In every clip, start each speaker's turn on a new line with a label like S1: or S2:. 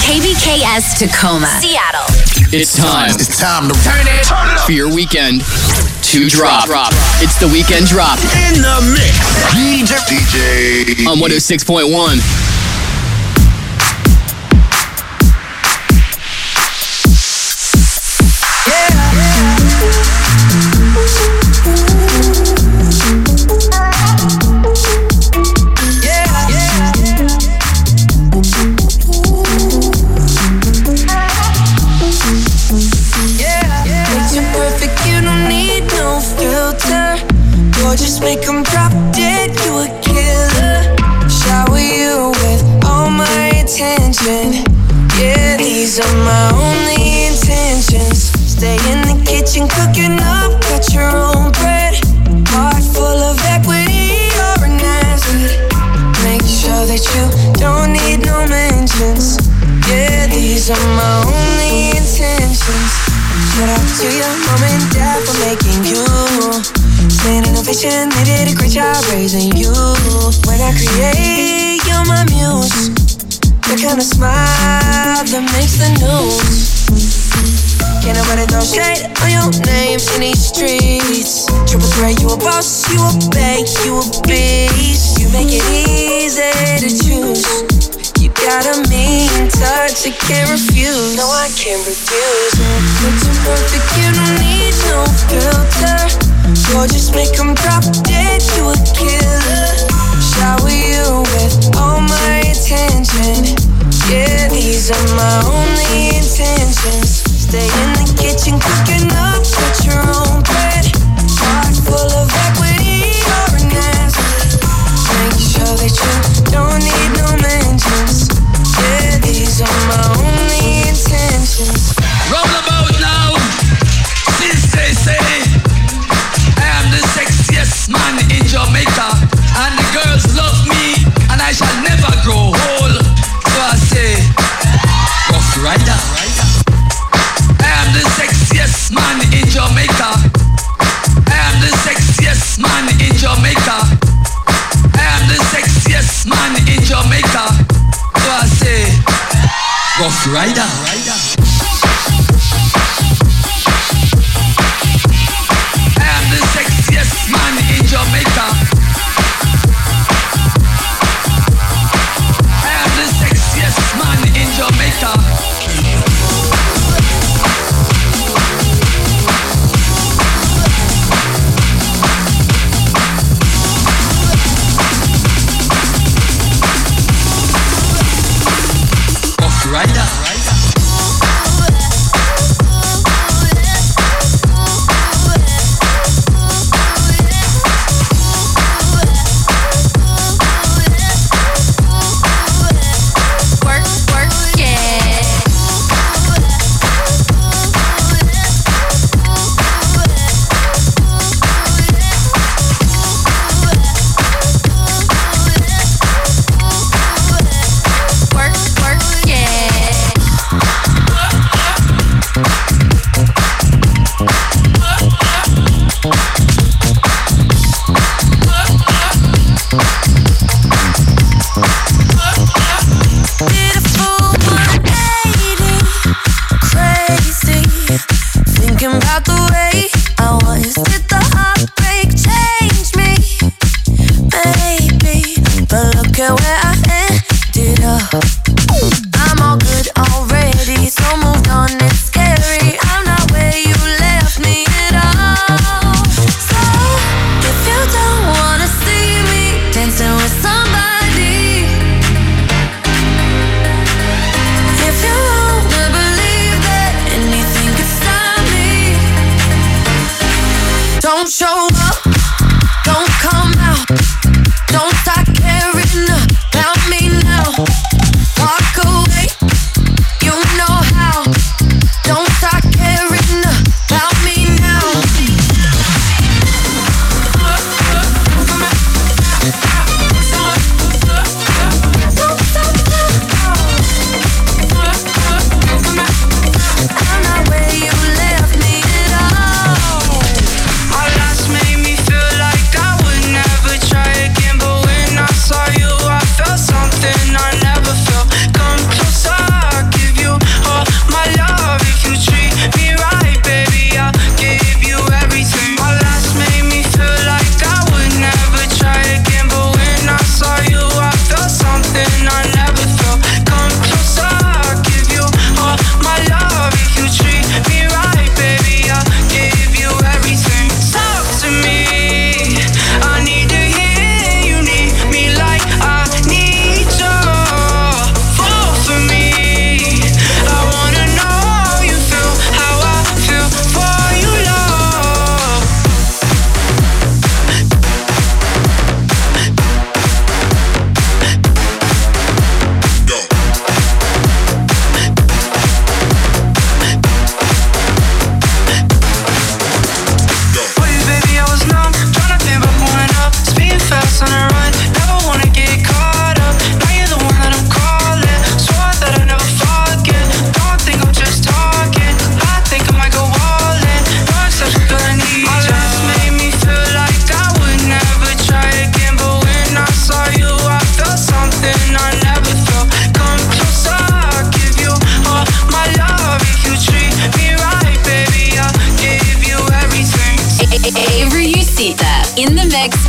S1: KVKS Tacoma. Seattle.
S2: It's time
S3: It's time to
S4: Turn it
S2: for your weekend to drop. It's the weekend drop
S4: in the mix.
S3: DJ. DJ.
S2: on 106.1.
S5: Picture perfect, you don't need no filter. Gorgeous, make 'em drop dead, you a killer. Shower you with all my attention. Yeah, these are my only intentions. Stay in the kitchen, cooking up, cut your own bread. Heart full of equity, you're an asset. Make sure that you don't need no mentions. Yeah, these are my only intentions. Shout out to your mom and dad for making you. Standing ovation, they did a great job raising you. When I create, you're my muse. The kind of smile that makes the news. Can't nobody throw shade on your name in these streets. Triple threat, you a boss, you a bank, you a beast. You make it easy to choose. You got a mean touch, I can't refuse. No, I can't refuse it. Picture perfect, you don't need no filter. Gorgeous, make 'em drop dead, you a killer. Shower you with all my attention. Yeah, these are my only intentions. Stay in the kitchen, cooking up, put your own bread. Heart full of equity, you're an asset. Make sure that you don't need no mentions. Yeah, these are my only intentions.
S4: Roll the boat now. This they say. I am the sexiest man in Jamaica. And the girls love me. And I shall never grow old. So I say, Rough Rider. I am the sexiest man in Jamaica. I am the sexiest man in Jamaica. I am the sexiest man in Jamaica. So I say, Rough Rider. I am the sexiest man in Jamaica. I am the sexiest man in Jamaica. Rough Rider.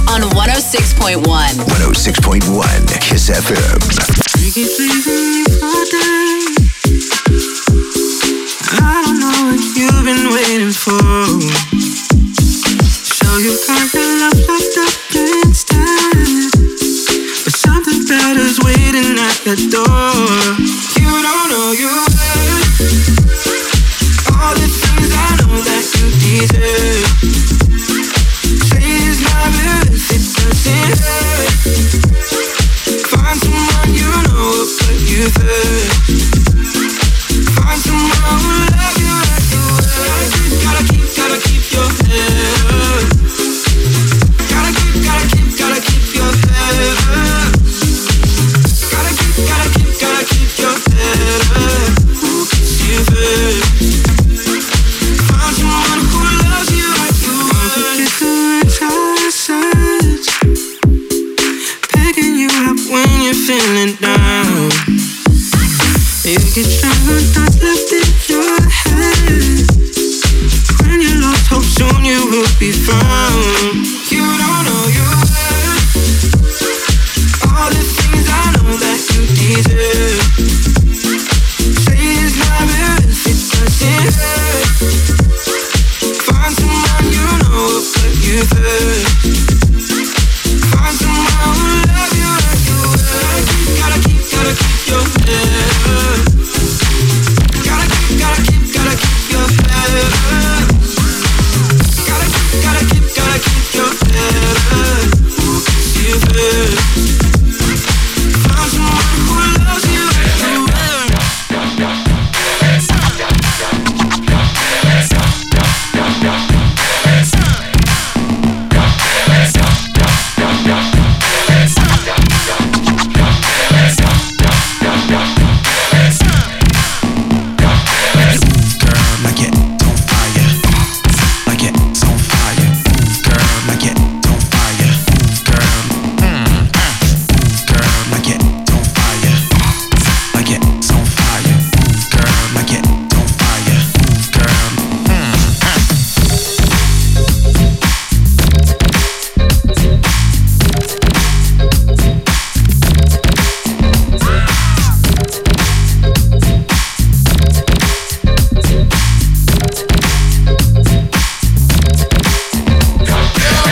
S6: on 106.1.
S3: 106.1 Kiss FM.
S7: Make it leaving me for days. I don't know what you've been waiting for. So you got your love locked up instead. But something better's waiting at the door. You don't know you hurt. All the things I know that you deserve. Say it's not worth it, doesn't hurt. Find someone you know will put you first. Find someone who love you like the world. Gotta keep, gotta keep your head up. Gotta keep, gotta keep, gotta keep your head up. Gotta keep, gotta keep, gotta keep your head up. You first. Find someone who loves you like you would. Get the words I search picking you up when you're feeling down. You get stronger thoughts left in your head. When you lost hope, soon you will be found. You don't know you worth all the things I know that you deserve. Say it's not worth it, doesn't hurt. Find someone you know will put you first. Find someone who love you like you would. Gotta keep, gotta keep your head up. Gotta keep, gotta keep, gotta keep your head up. Gotta keep, gotta keep, gotta keep your head up. You first. Find someone who loves you like you would.
S8: like it's on fire. Like it's on fire. Move, girl, like it's on fire. Move, girl. Mm, uh. Move, girl, like it's on fire. Like it's on fire. Move, girl, like it's on fire. Move, girl. Mm, uh.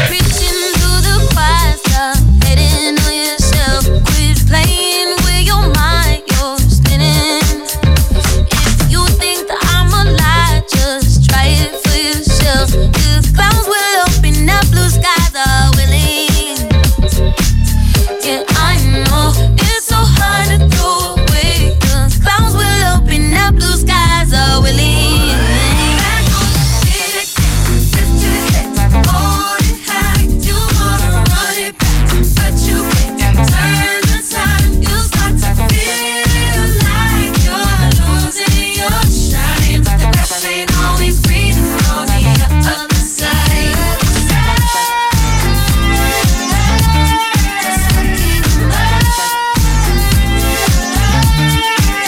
S9: Reaching through the quiet stuff, hitting on yourself. Quit playing with your mind, you're spinning. If you think that I'm a lie, just try it for yourself. The clouds will open up, blue skies are willing. Yeah, I know it's so hard to throw away. The clouds will open up, blue skies are willing. Back on the pivot, Thank you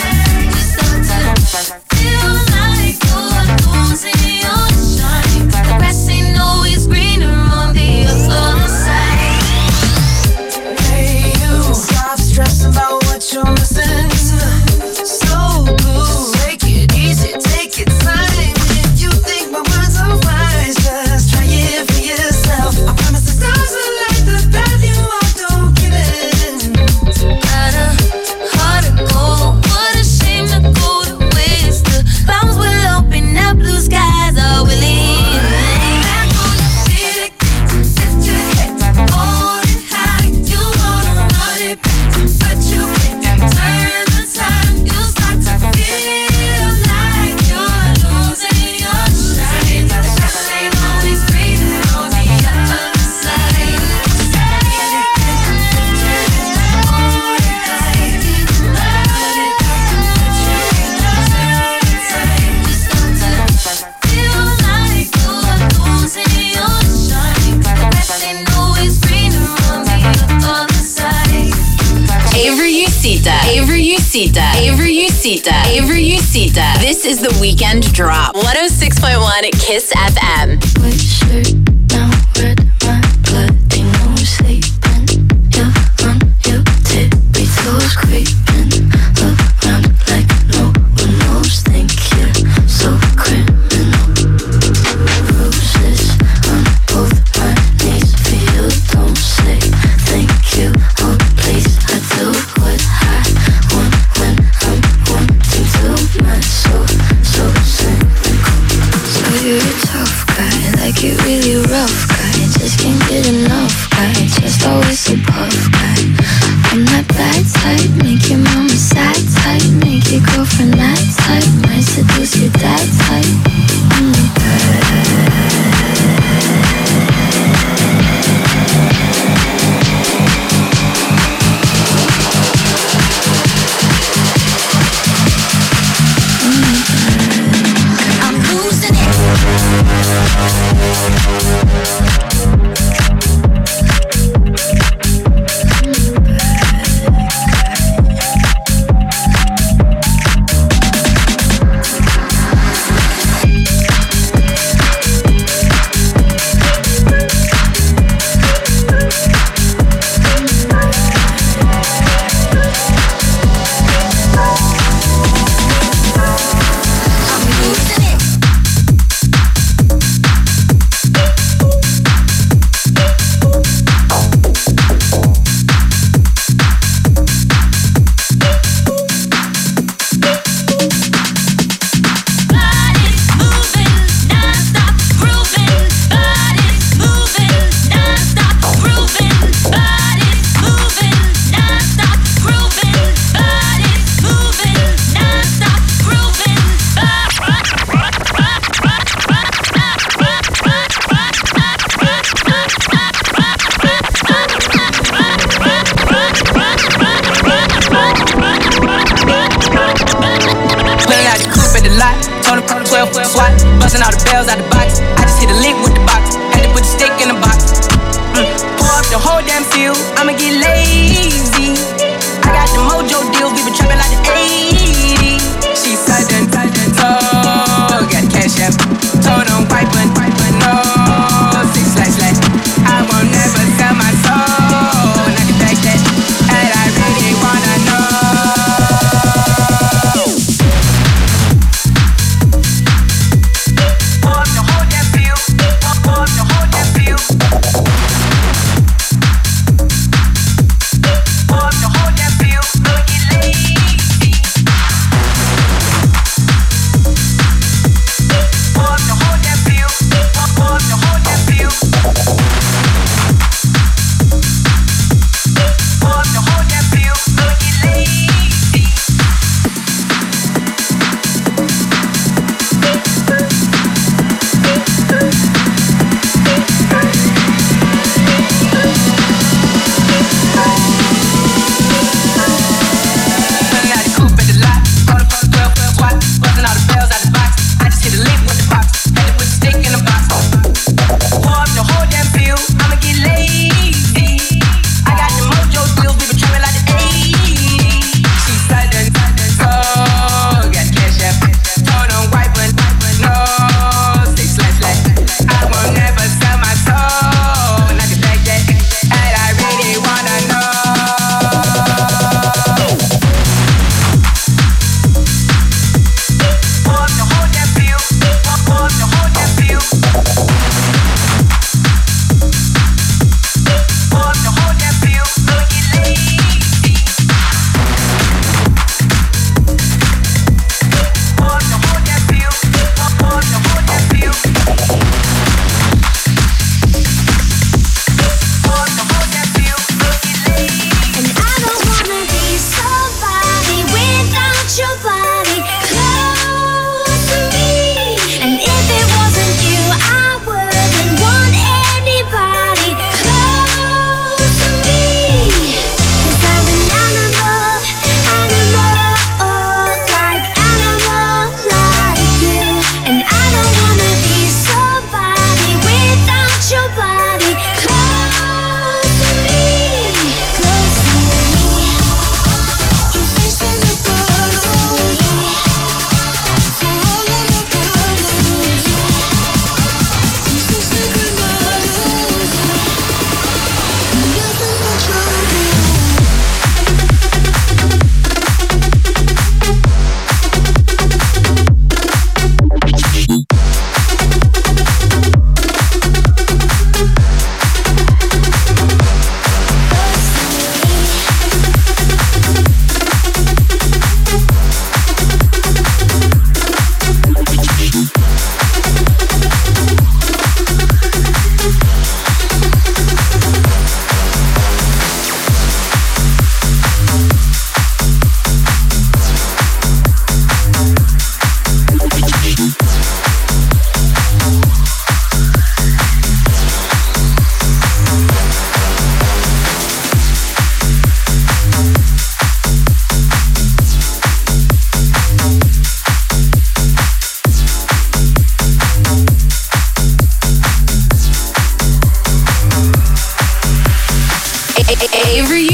S9: Feel like you're losing your shine. The grass ain't always greener on the other side.
S7: Hey you, stop stressing about what you're missing. So blue, take it easy, take it time. If you think my words are wise, just try it for yourself. I promise the stars will light the path you are don't give in.
S9: Gotta hard to go. What a shame to go to waste. The clouds will open up, blue skies are willing. Back on the feet again, lift your head, hold it high. You wanna run it back, but you can't turn the tide. You start to feel like you're losing your shine. The grass ain't always greener on the other
S6: Avery Usita. Avery Usita. Avery Usita. Avery Usita. This is the weekend drop. 106.1 Kiss FM.
S1: White shirt, now red, my blood, they know it's
S10: Oh, Mm.
S7: Mm. Up the whole damn field, look it lazy.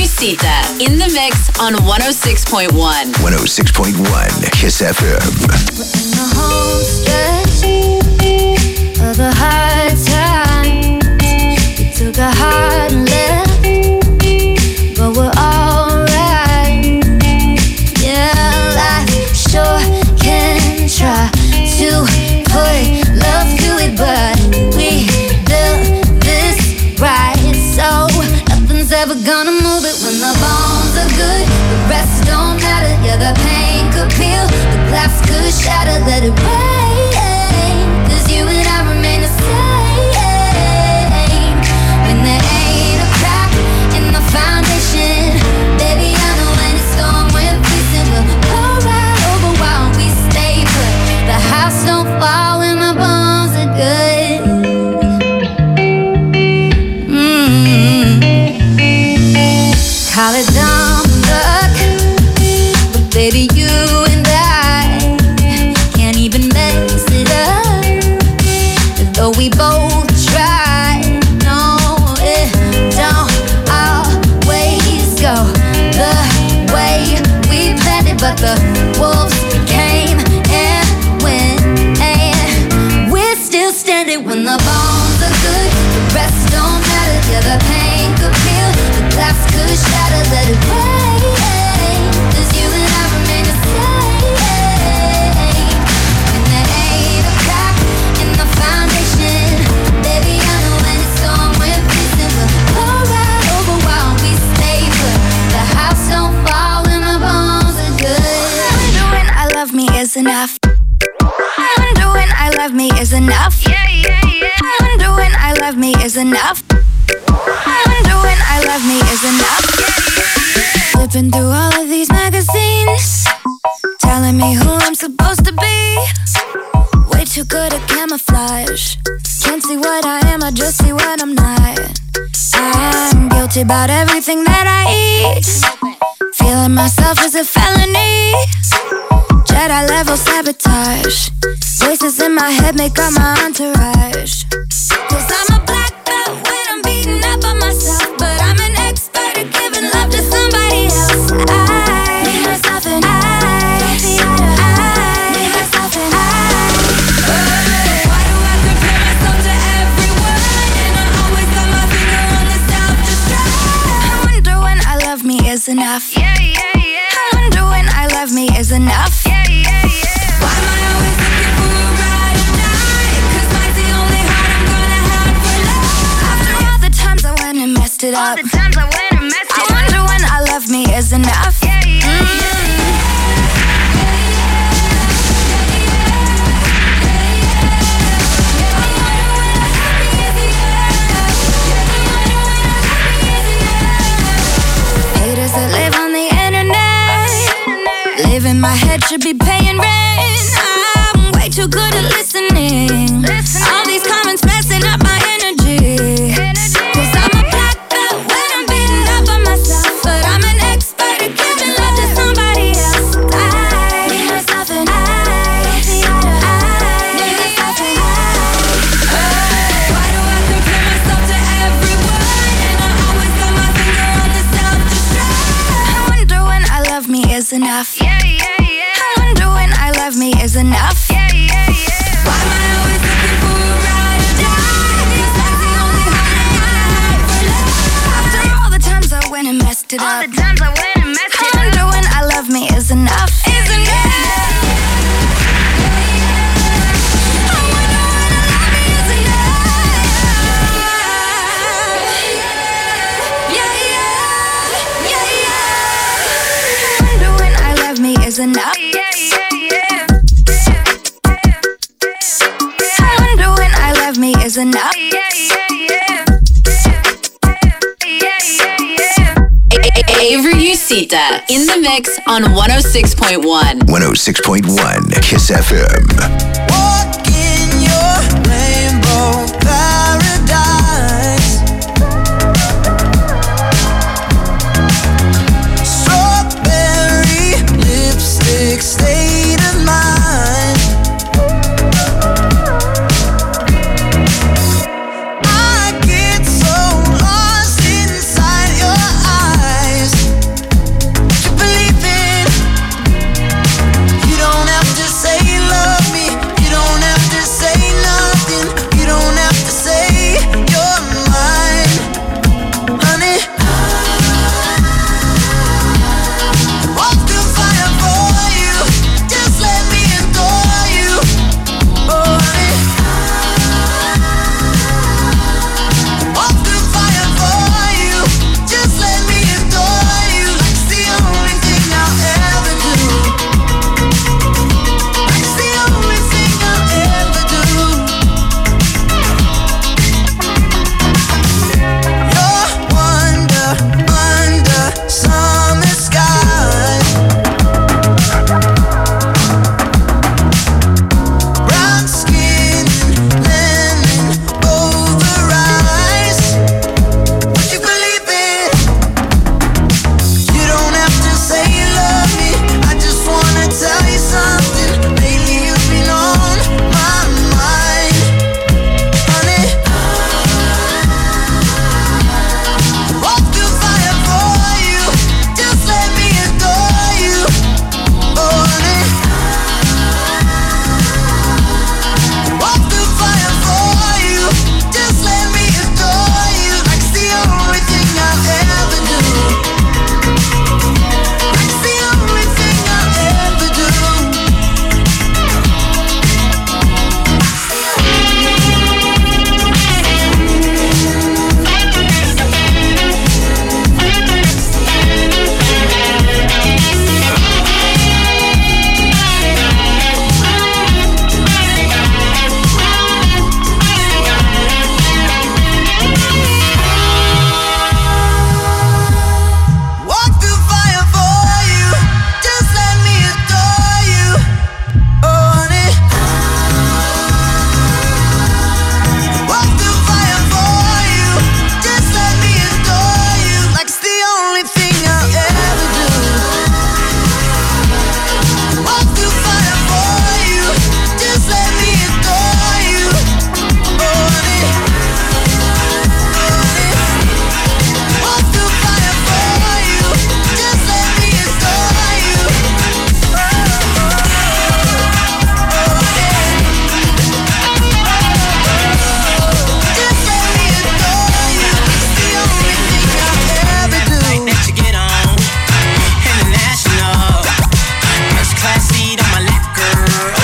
S1: Sita in the mix on 106.1.
S3: 106.1 Kiss FM.
S10: The whole stretch of the hard times. We took a hard left, but we're alright. Yeah, life sure can try to put love to it, but we built this right, so nothing's ever gonna move it when the bones are good. The rest don't matter. Yeah, the pain could peel, the glass could shatter. Let it rain, 'cause you and I remain the same. When there ain't a crack in the foundation, baby, I know any storm we're facing will pour right over while we stay put. The house don't fall when the bones are good. mm Call it dumb luck, but baby, you and I can't even mess it up. Though we both try, no, it don't always go the way we planned it. But the wolves came and went, and we're still standing when the bones are good. The rest don't matter. Yeah, the pain could peel, the glass could shatter. Let it rain, 'cause you and I remain the same. When there ain't a crack in the foundation, baby, I know any storm we're facing will pour right over while we stay put. The house don't fall and the bones are good.
S11: I'm doing I love me is enough. I'm doing I love me is enough. I'm doing I love me is enough. I'm doing I love me is enough. Flipping through all of these magazines, telling me who I'm supposed to be. Way too good at camouflage. Can't see what I am, I just see what I'm not. I'm guilty about everything that I eat. Feeling myself is a felony. Jedi level sabotage. Voices in my head make up my entourage. Cause I'm a black belt when I'm beaten up on myself. But I'm an expert at giving love to somebody else. I, me, myself, and I, I, me, myself, and I. Why do I compare myself to everyone? And I always got my finger on the self-destruct. I wonder when I love me is enough. Yeah, yeah, yeah. I wonder when I love me is enough. Yeah, yeah, yeah. Why am I always looking for a ride or die? 'Cause mine's the only heart I'm gonna have for love. After all the times I went and messed it up. All the times I went and messed it up. I wonder when I love me is enough. Yeah, yeah, Haters that live on the internet, live in my head should be paying rent. I'm way too good at listening. All these comments messing up my energy. Cause I'm a black belt when I'm beaten up on myself. But I'm an expert at giving love to somebody else. I, me, myself, and I, I, me, myself, and I. Why do I compare myself to everyone? And I always got my finger on the self-destruct. I wonder when I love me is enough. Yeah, yeah, yeah. I wonder when I love me is enough. Yeah, yeah, yeah. Why am I always looking for a ride or die? 'Cause that's the only heart I'm gonna hide for love. After all the times I went and messed it up. All the times I went and messed it up. I wonder when I love me is enough. Is enough. Is enough. I wonder when I love me is enough.
S1: Avery Usita in the mix on 106.1.
S3: 106.1 Kiss FM.
S6: Walk in your rainbow paradise. Strawberry lipstick state of mind. I get so lost inside your eyes.
S12: Oh,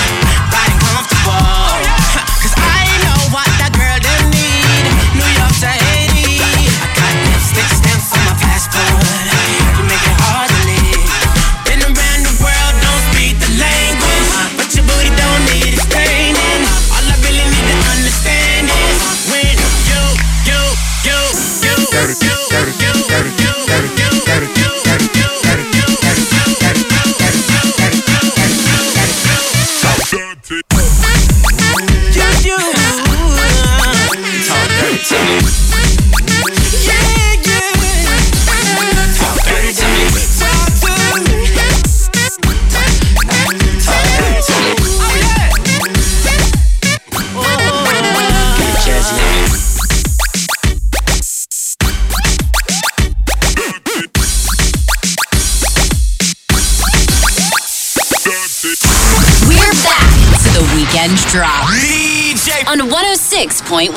S12: Oh, Oh,
S1: Weekend Drop
S12: DJ,
S1: on 106.1.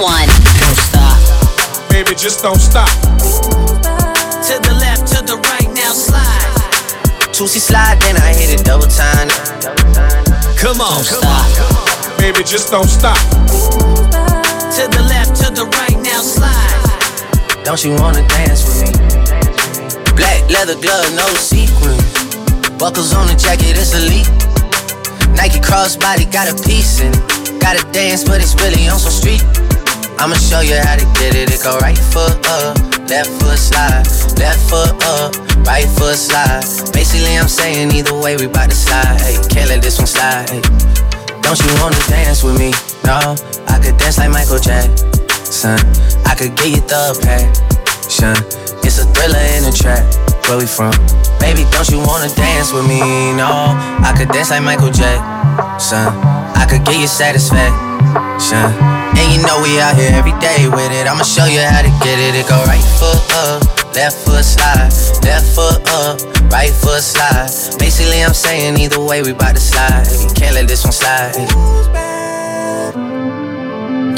S12: baby, just don't stop.
S13: To the left, to the right, now slide. Tootsie slide, then I hit it double time. Come on, stop.
S12: Baby, just don't stop.
S13: To the left, to the right, now slide. Don't you wanna dance with me? Black leather glove, no sequin. Buckles on the jacket, it's elite. Nike crossbody got a piece in it. Gotta dance, but it's really on some street. I'ma show you how to get it. It go right foot up, left foot slide, left foot up, right foot slide. Basically, I'm saying either way, we bout to slide. Hey, can't let this one slide. Hey. Don't you wanna dance with me? No, I could dance like Michael Jackson. I could get you the passion. It's a thriller in a trap. Where we from? Baby, don't you wanna dance with me? No, I could dance like Michael Jackson. I could get you satisfaction. And you know we out here every day with it. I'ma show you how to get it. It go right foot up, left foot slide, left foot up, right foot slide. Basically, I'm saying either way, we bout to slide. Can't let this one slide.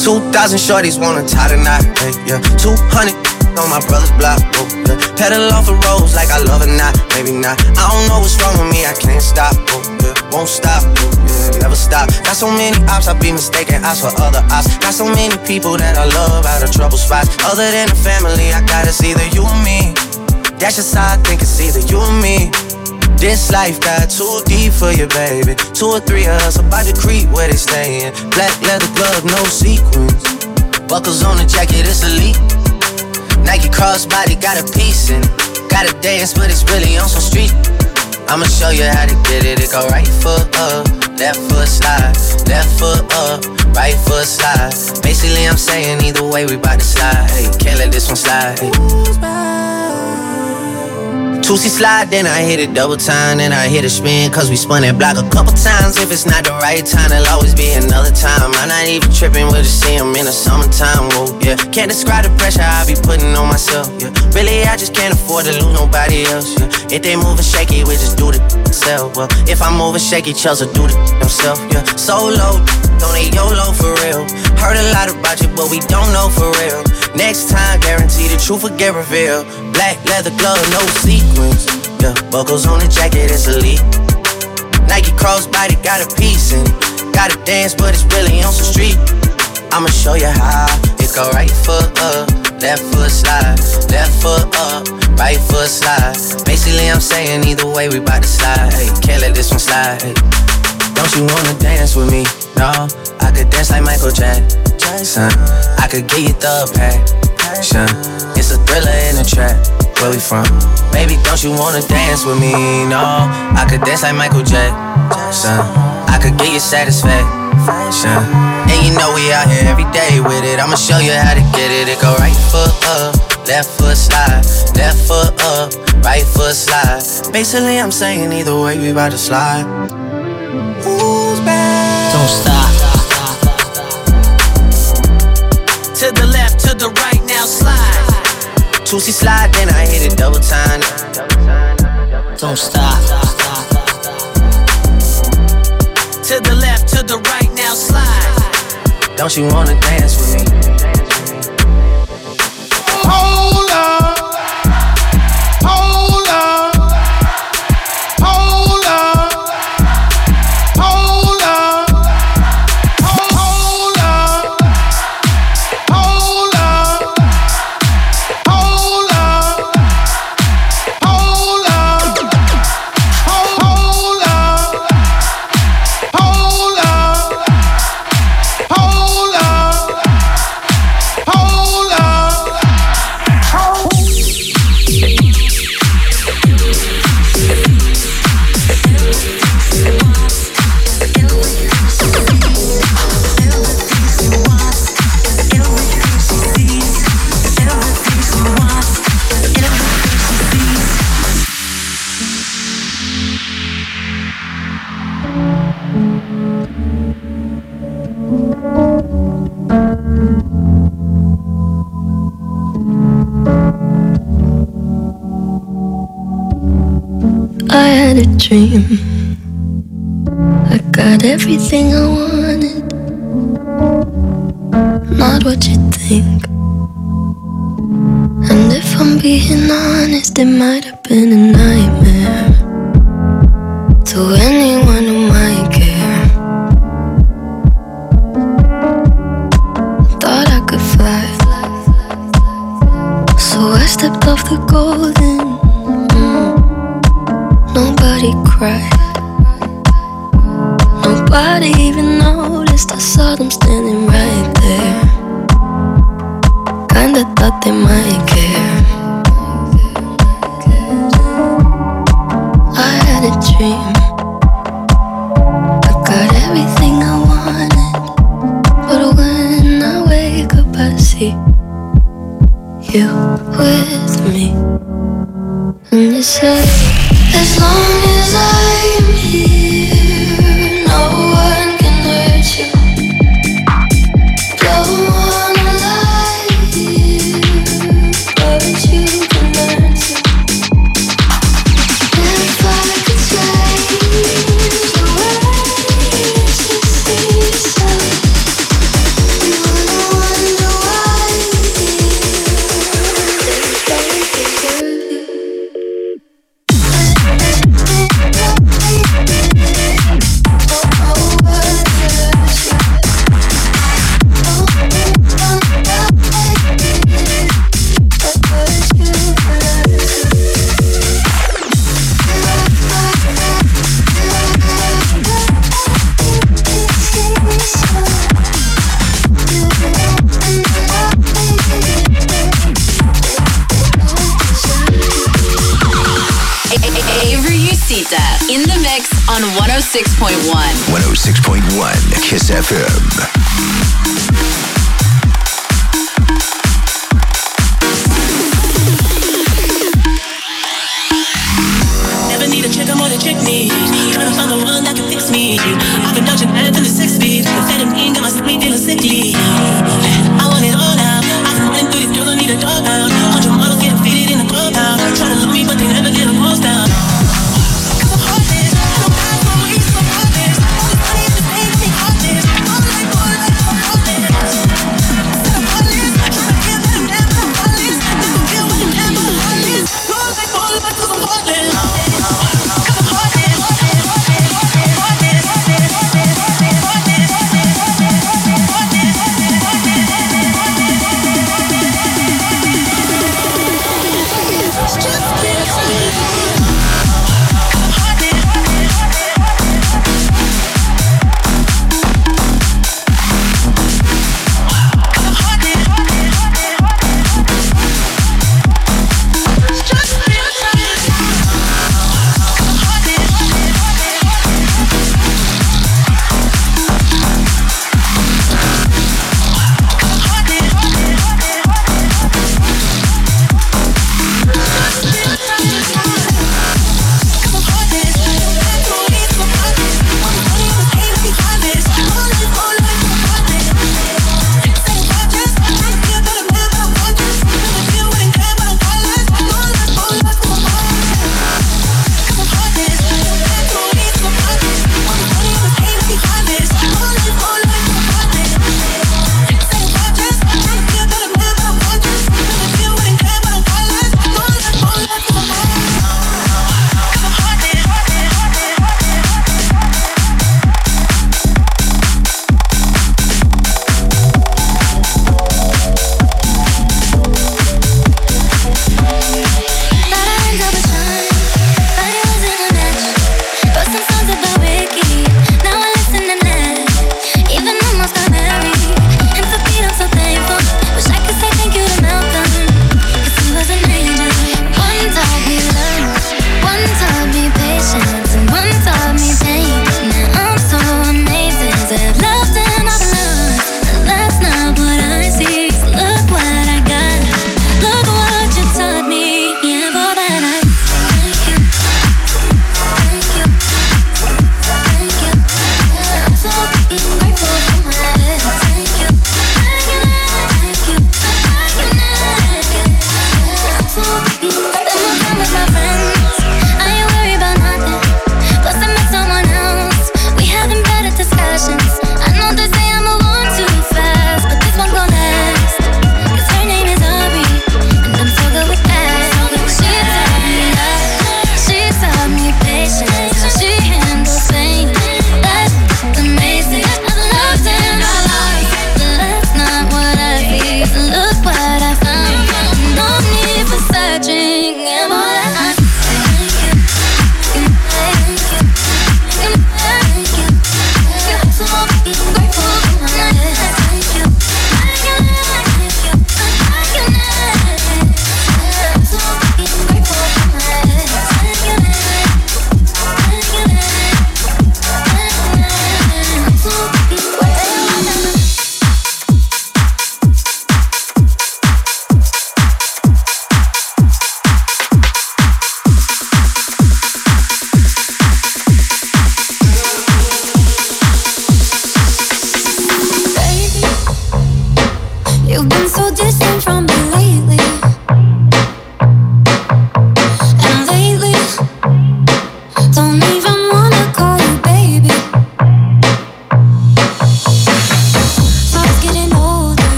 S13: 2,000 shorties wanna tie the knot, eh, yeah. 200 on my brother's block, oh, yeah. Pedal off the roads like I love it, not, maybe not. I don't know what's wrong with me, I can't stop, oh, yeah. Won't stop, oh, yeah. Never stop. Got so many ops, I be mistaken ops for other ops. Got so many people that I love out of trouble spots. Other than the family, I gotta see either you or me. That's just how I think it's either you or me. This life got too deep for you, baby. Two or three of us about to creep where they stayin'. Black leather glove, no sequins. Buckles on the jacket, it's elite. Nike crossbody got a piece in it. Gotta dance, but it's really on some street. I'ma show you how to get it. It go right foot up, left foot slide, left foot up, right foot slide. Basically, I'm saying either way, we bout to slide. Hey, can't let this one slide. Hey. Tootsie slide, then I hit it double time, then I hit a spin, cause we spun that block a couple times. If it's not the right time, it'll always be another time. I'm not even tripping, we'll just see 'em in the summertime, whoa, yeah. Can't describe the pressure I be putting on myself, yeah. Really, I just can't afford to lose nobody else, yeah. If they moving shaky, we just do the self, well. If I'm moving shaky, Chelsea do the himself, yeah. Solo, don't they YOLO for real. Heard a lot about you, but we don't know for real. Next time, guarantee the truth will get revealed. Black leather glove, no sequins. Yeah, buckles on the jacket, it's elite. Nike crossbody got a piece in it. Gotta dance, but it's really on some street. I'ma show you how. It go right foot up, left foot slide, left foot up, right foot slide. Basically, I'm saying either way, we bout to slide. Hey, can't let this one slide. Hey. Don't you wanna dance with me? No, I could dance like Michael Jackson. I could get you the passion. It's a thriller in a trap. Where we from? Baby, don't you wanna dance with me? No, I could dance like Michael Jackson. I could get you satisfaction. And you know we out here every day with it. I'ma show you how to get it. It go right foot up, left foot slide, left foot up, right foot slide. Basically, I'm saying either way, we bout to slide.
S4: Don't stop. To the left, to the right, now slide.
S13: Tootsie slide, then I hit it double time.
S4: Don't stop. To the left, to the right, now slide.
S13: Don't you wanna dance with me?
S12: Hold up. Hold up. Hold up. Hold up. Hold up. Hold up. Hold up. Hold up. Hold up. Hold up. Hold up. Hold up.
S6: I had a dream. I got everything I wanted.
S10: not what you think. And if I'm being honest, it might have been a nightmare. To anyone who might care, thought I could fly. So I stepped off the golden. mm. Nobody cried. Nobody even noticed. I saw them standing right there. Kinda thought they might care. I had a dream. I got everything I wanted. But when I wake up, I see you with me. And you say, as long as I'm here, no one can hurt you. Don't wanna lie here, but you can learn to. If I could change the way you see yourself, you wouldn't wonder why they don't deserve
S6: Avery Usita in the mix on 106.1.
S3: 106.1 Kiss FM.
S7: Never need a chick, I'm all a chick need. Tryna find the one that can fix me. I've been dodging everything to six feet. Amphetamine got my stomach feeling sickly. I want it all now. I've been running through these girls, I need a dog out. Hundred models getting fitted in the clubhouse. Tryna love me, but they never get a pulse down.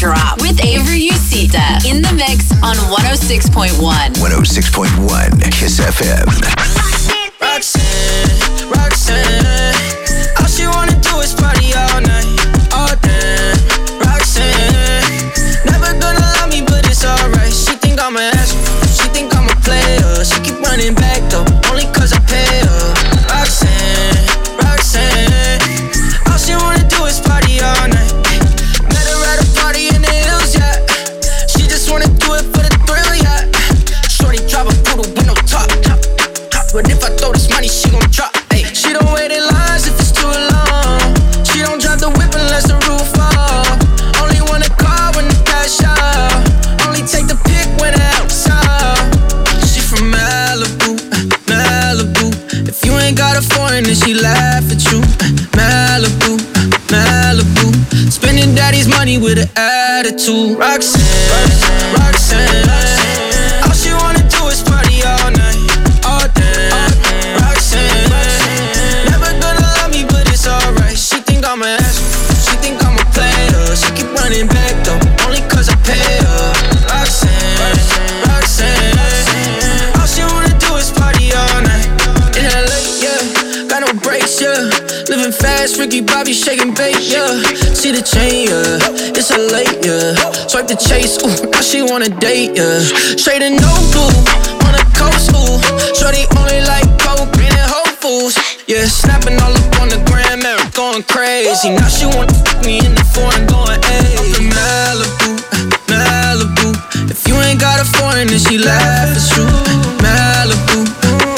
S1: Drop with Avery Usita in the mix on 106.1.
S3: 106.1 Kiss FM.
S7: Roxanne, Roxanne. All she wanna do is party all night, all day. Roxanne, never gonna love me, but it's alright. She think I'm an asshole, she think I'm a player. She keep running back though, only 'cause I pay her. Roxanne, Roxanne. All she wanna do is party all night. Met her at a party in the hills, yeah. She just wanna do it for the thrill, yeah. Shorty drive a poodle with no top. But if I throw this money, she gon' drop. Ayy, she don't wait in lines if it's too long. She don't drive the whip unless the roof off. Only wanna call when the cash out. Only take the pick when the help's out. She from Malibu, uh, Malibu. If you ain't got a foreign, then she laugh at you. uh, Malibu, uh, Malibu. Spending daddy's money with an attitude. Roxanne, Roxanne. All she wanna do is party all night. All day, Roxanne. Never gonna love me, but it's alright. She think I'm an asshole. She think I'm a player. She keep running back though, only 'cause I pay her. Roxanne, Roxanne. All she wanna do is party all night. In LA, yeah. Got no brakes, yeah. Living fast, Ricky Bobby shaking bait, yeah. See the chain, yeah. It's a late, yeah. Swipe the chase, ooh. Now she wanna date, yeah. Straight and no blue, on a coast, ooh. Shorty only like coke and whole fools. Yeah, snapping all up on the gram, and going crazy. Now she wanna fuck me in the foreign, going hey from Malibu, Malibu. If you ain't got a foreign, then she laugh at you. Malibu,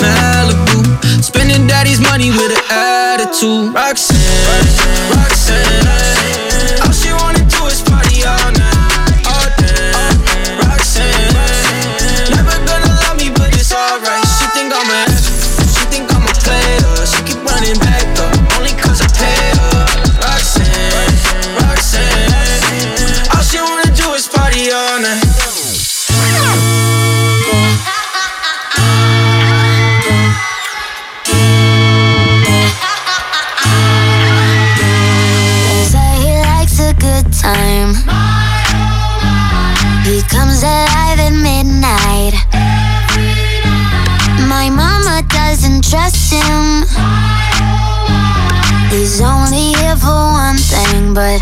S7: Malibu. Spending daddy's money with an attitude. Roxanne, Roxanne. All she wanna do is party all night, all day. Roxanne, never gonna love me, but it's alright. She think I'm an asshole, she think I'm a player. She keep running back though, only 'cause I pay her. Roxanne, Roxanne. All she wanna do is party all night.
S14: Say he likes a good time. He comes alive at midnight. My mama doesn't trust him. He's only here for one thing, but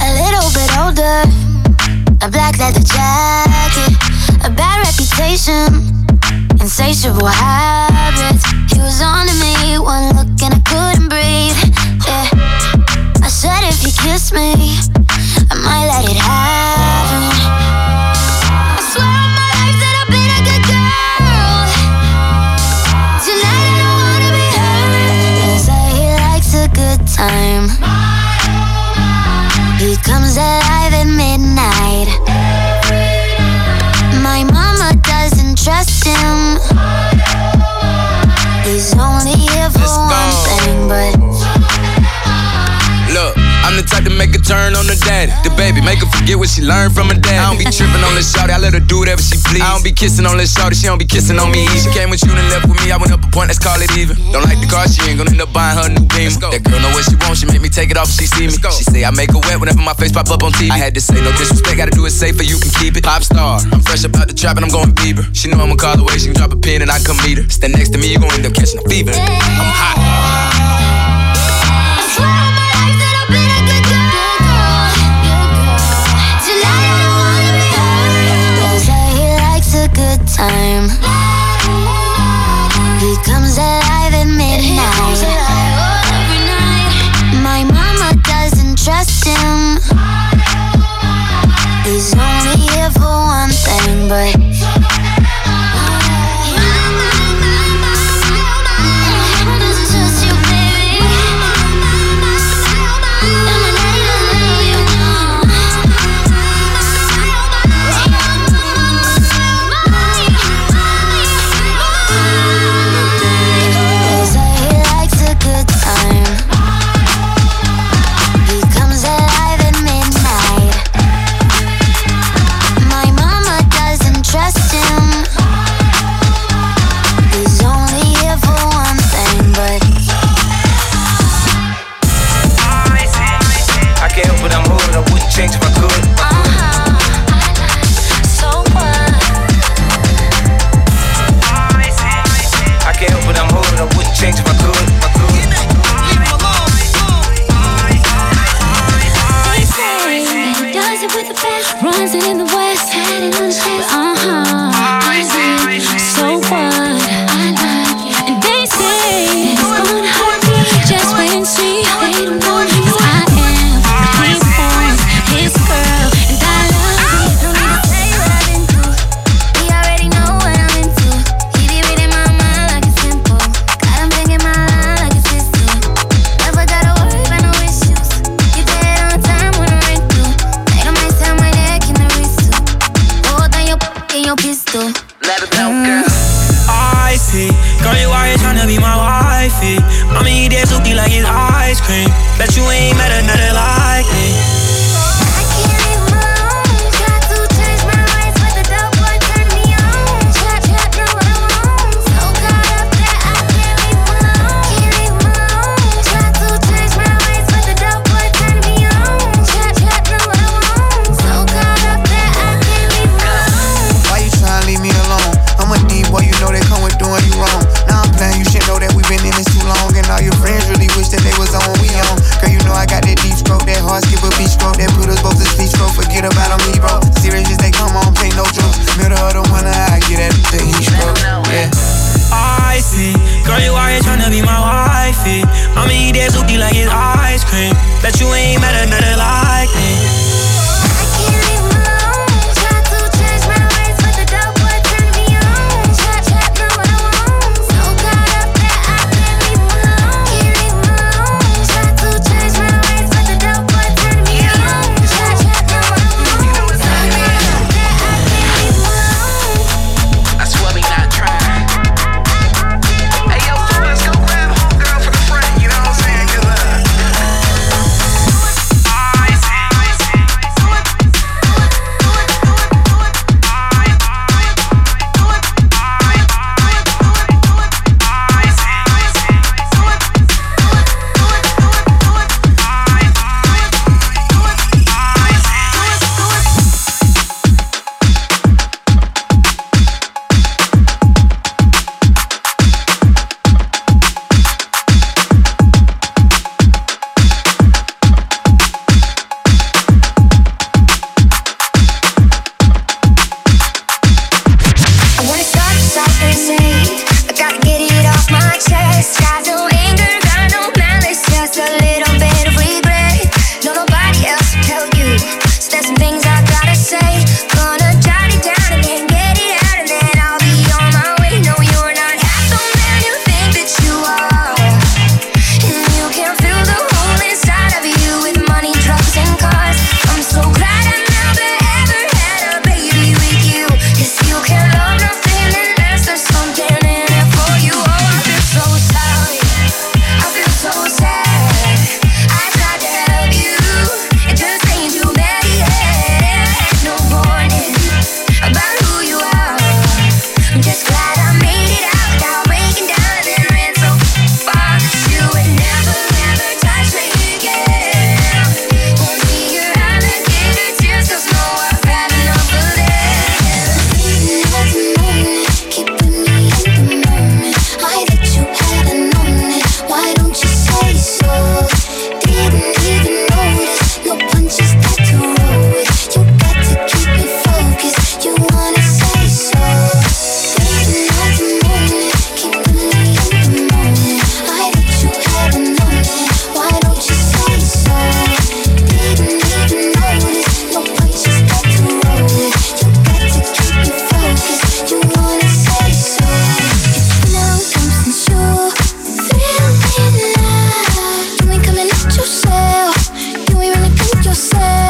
S14: a little bit older, a black leather jacket, a bad reputation insatiable habits. He was on to me, one look and I couldn't breathe. Yeah. I said if he kissed me, I might let it happen. I swear on my life that I've been a good girl. Tonight I don't wanna be hurt. They say he likes a good time. He comes alive at midnight. My mama doesn't trust him. He's only here for one thing, but
S15: Look, I'm the type to make a turn on the daddy. The baby, make her forget what she learned from her dad. I don't be tripping on this shawty, I let her do whatever she please. I don't be kissing on this shawty, she don't be kissing on me either. She came with you and left with me, I went up a point, let's call it even. Don't like the car, she ain't gonna end up buying her new beam. That girl know what she wants, she make me take it off if she see me. She say I make her wet whenever my face pop up on TV. I had to say no disrespect, gotta do it safer, you can keep it. Pop star, I'm fresh about the trap and I'm going Bieber. She know I'ma call the way, she can drop a pin and I come meet her. Stand next to me, you gon' end up catching a fever. I'm hot.
S14: tonight I don't wanna be hurt. They say he likes a good time. He comes alive at midnight. My mama doesn't trust him. He's only here for one thing, but.
S12: Uh-huh.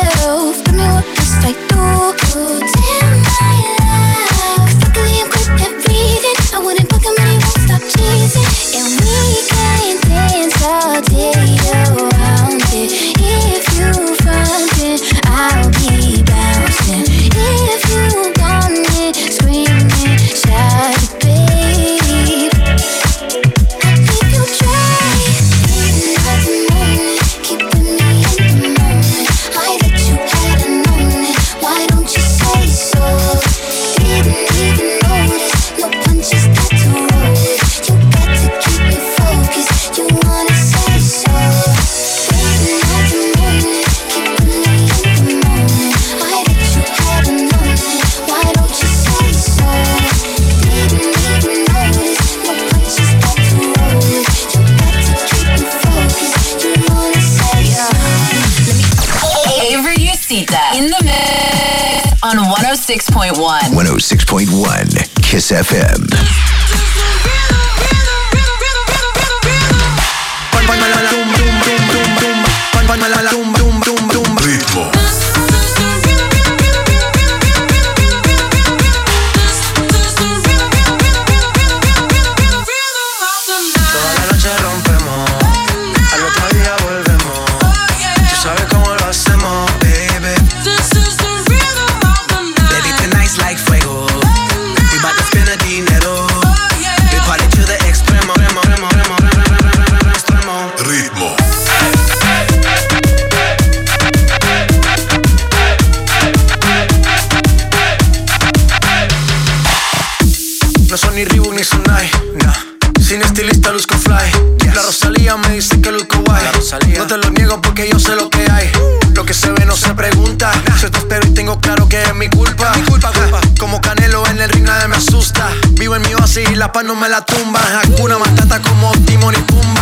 S12: Oh,
S1: Cita in the mix on 106.1.
S3: 106.1 Kiss FM.
S16: Ritmo.
S7: Toda la noche rompemos, al otro día volvemos. Tú sabes cómo lo hacemos, baby. Baby, tonight's like fuego. We bout to spend the dinero. We party to the extremo, remo, remo, remo, remo, remo, remo, extremo.
S16: Ritmo.
S17: No son ni Reebok ni Sunai, nah. Sin estilista luzco fly. La Rosalía me dice que luzco guay. No te lo niego porque yo sé lo que hay. Lo que se ve no se pregunta. Yo te espero y tengo claro que es mi culpa. Ah, Como Canelo en el ring nadie me asusta. Vivo en mi oasis y la paz no me la tumba. Hakuna Matata como Timon y Pumba.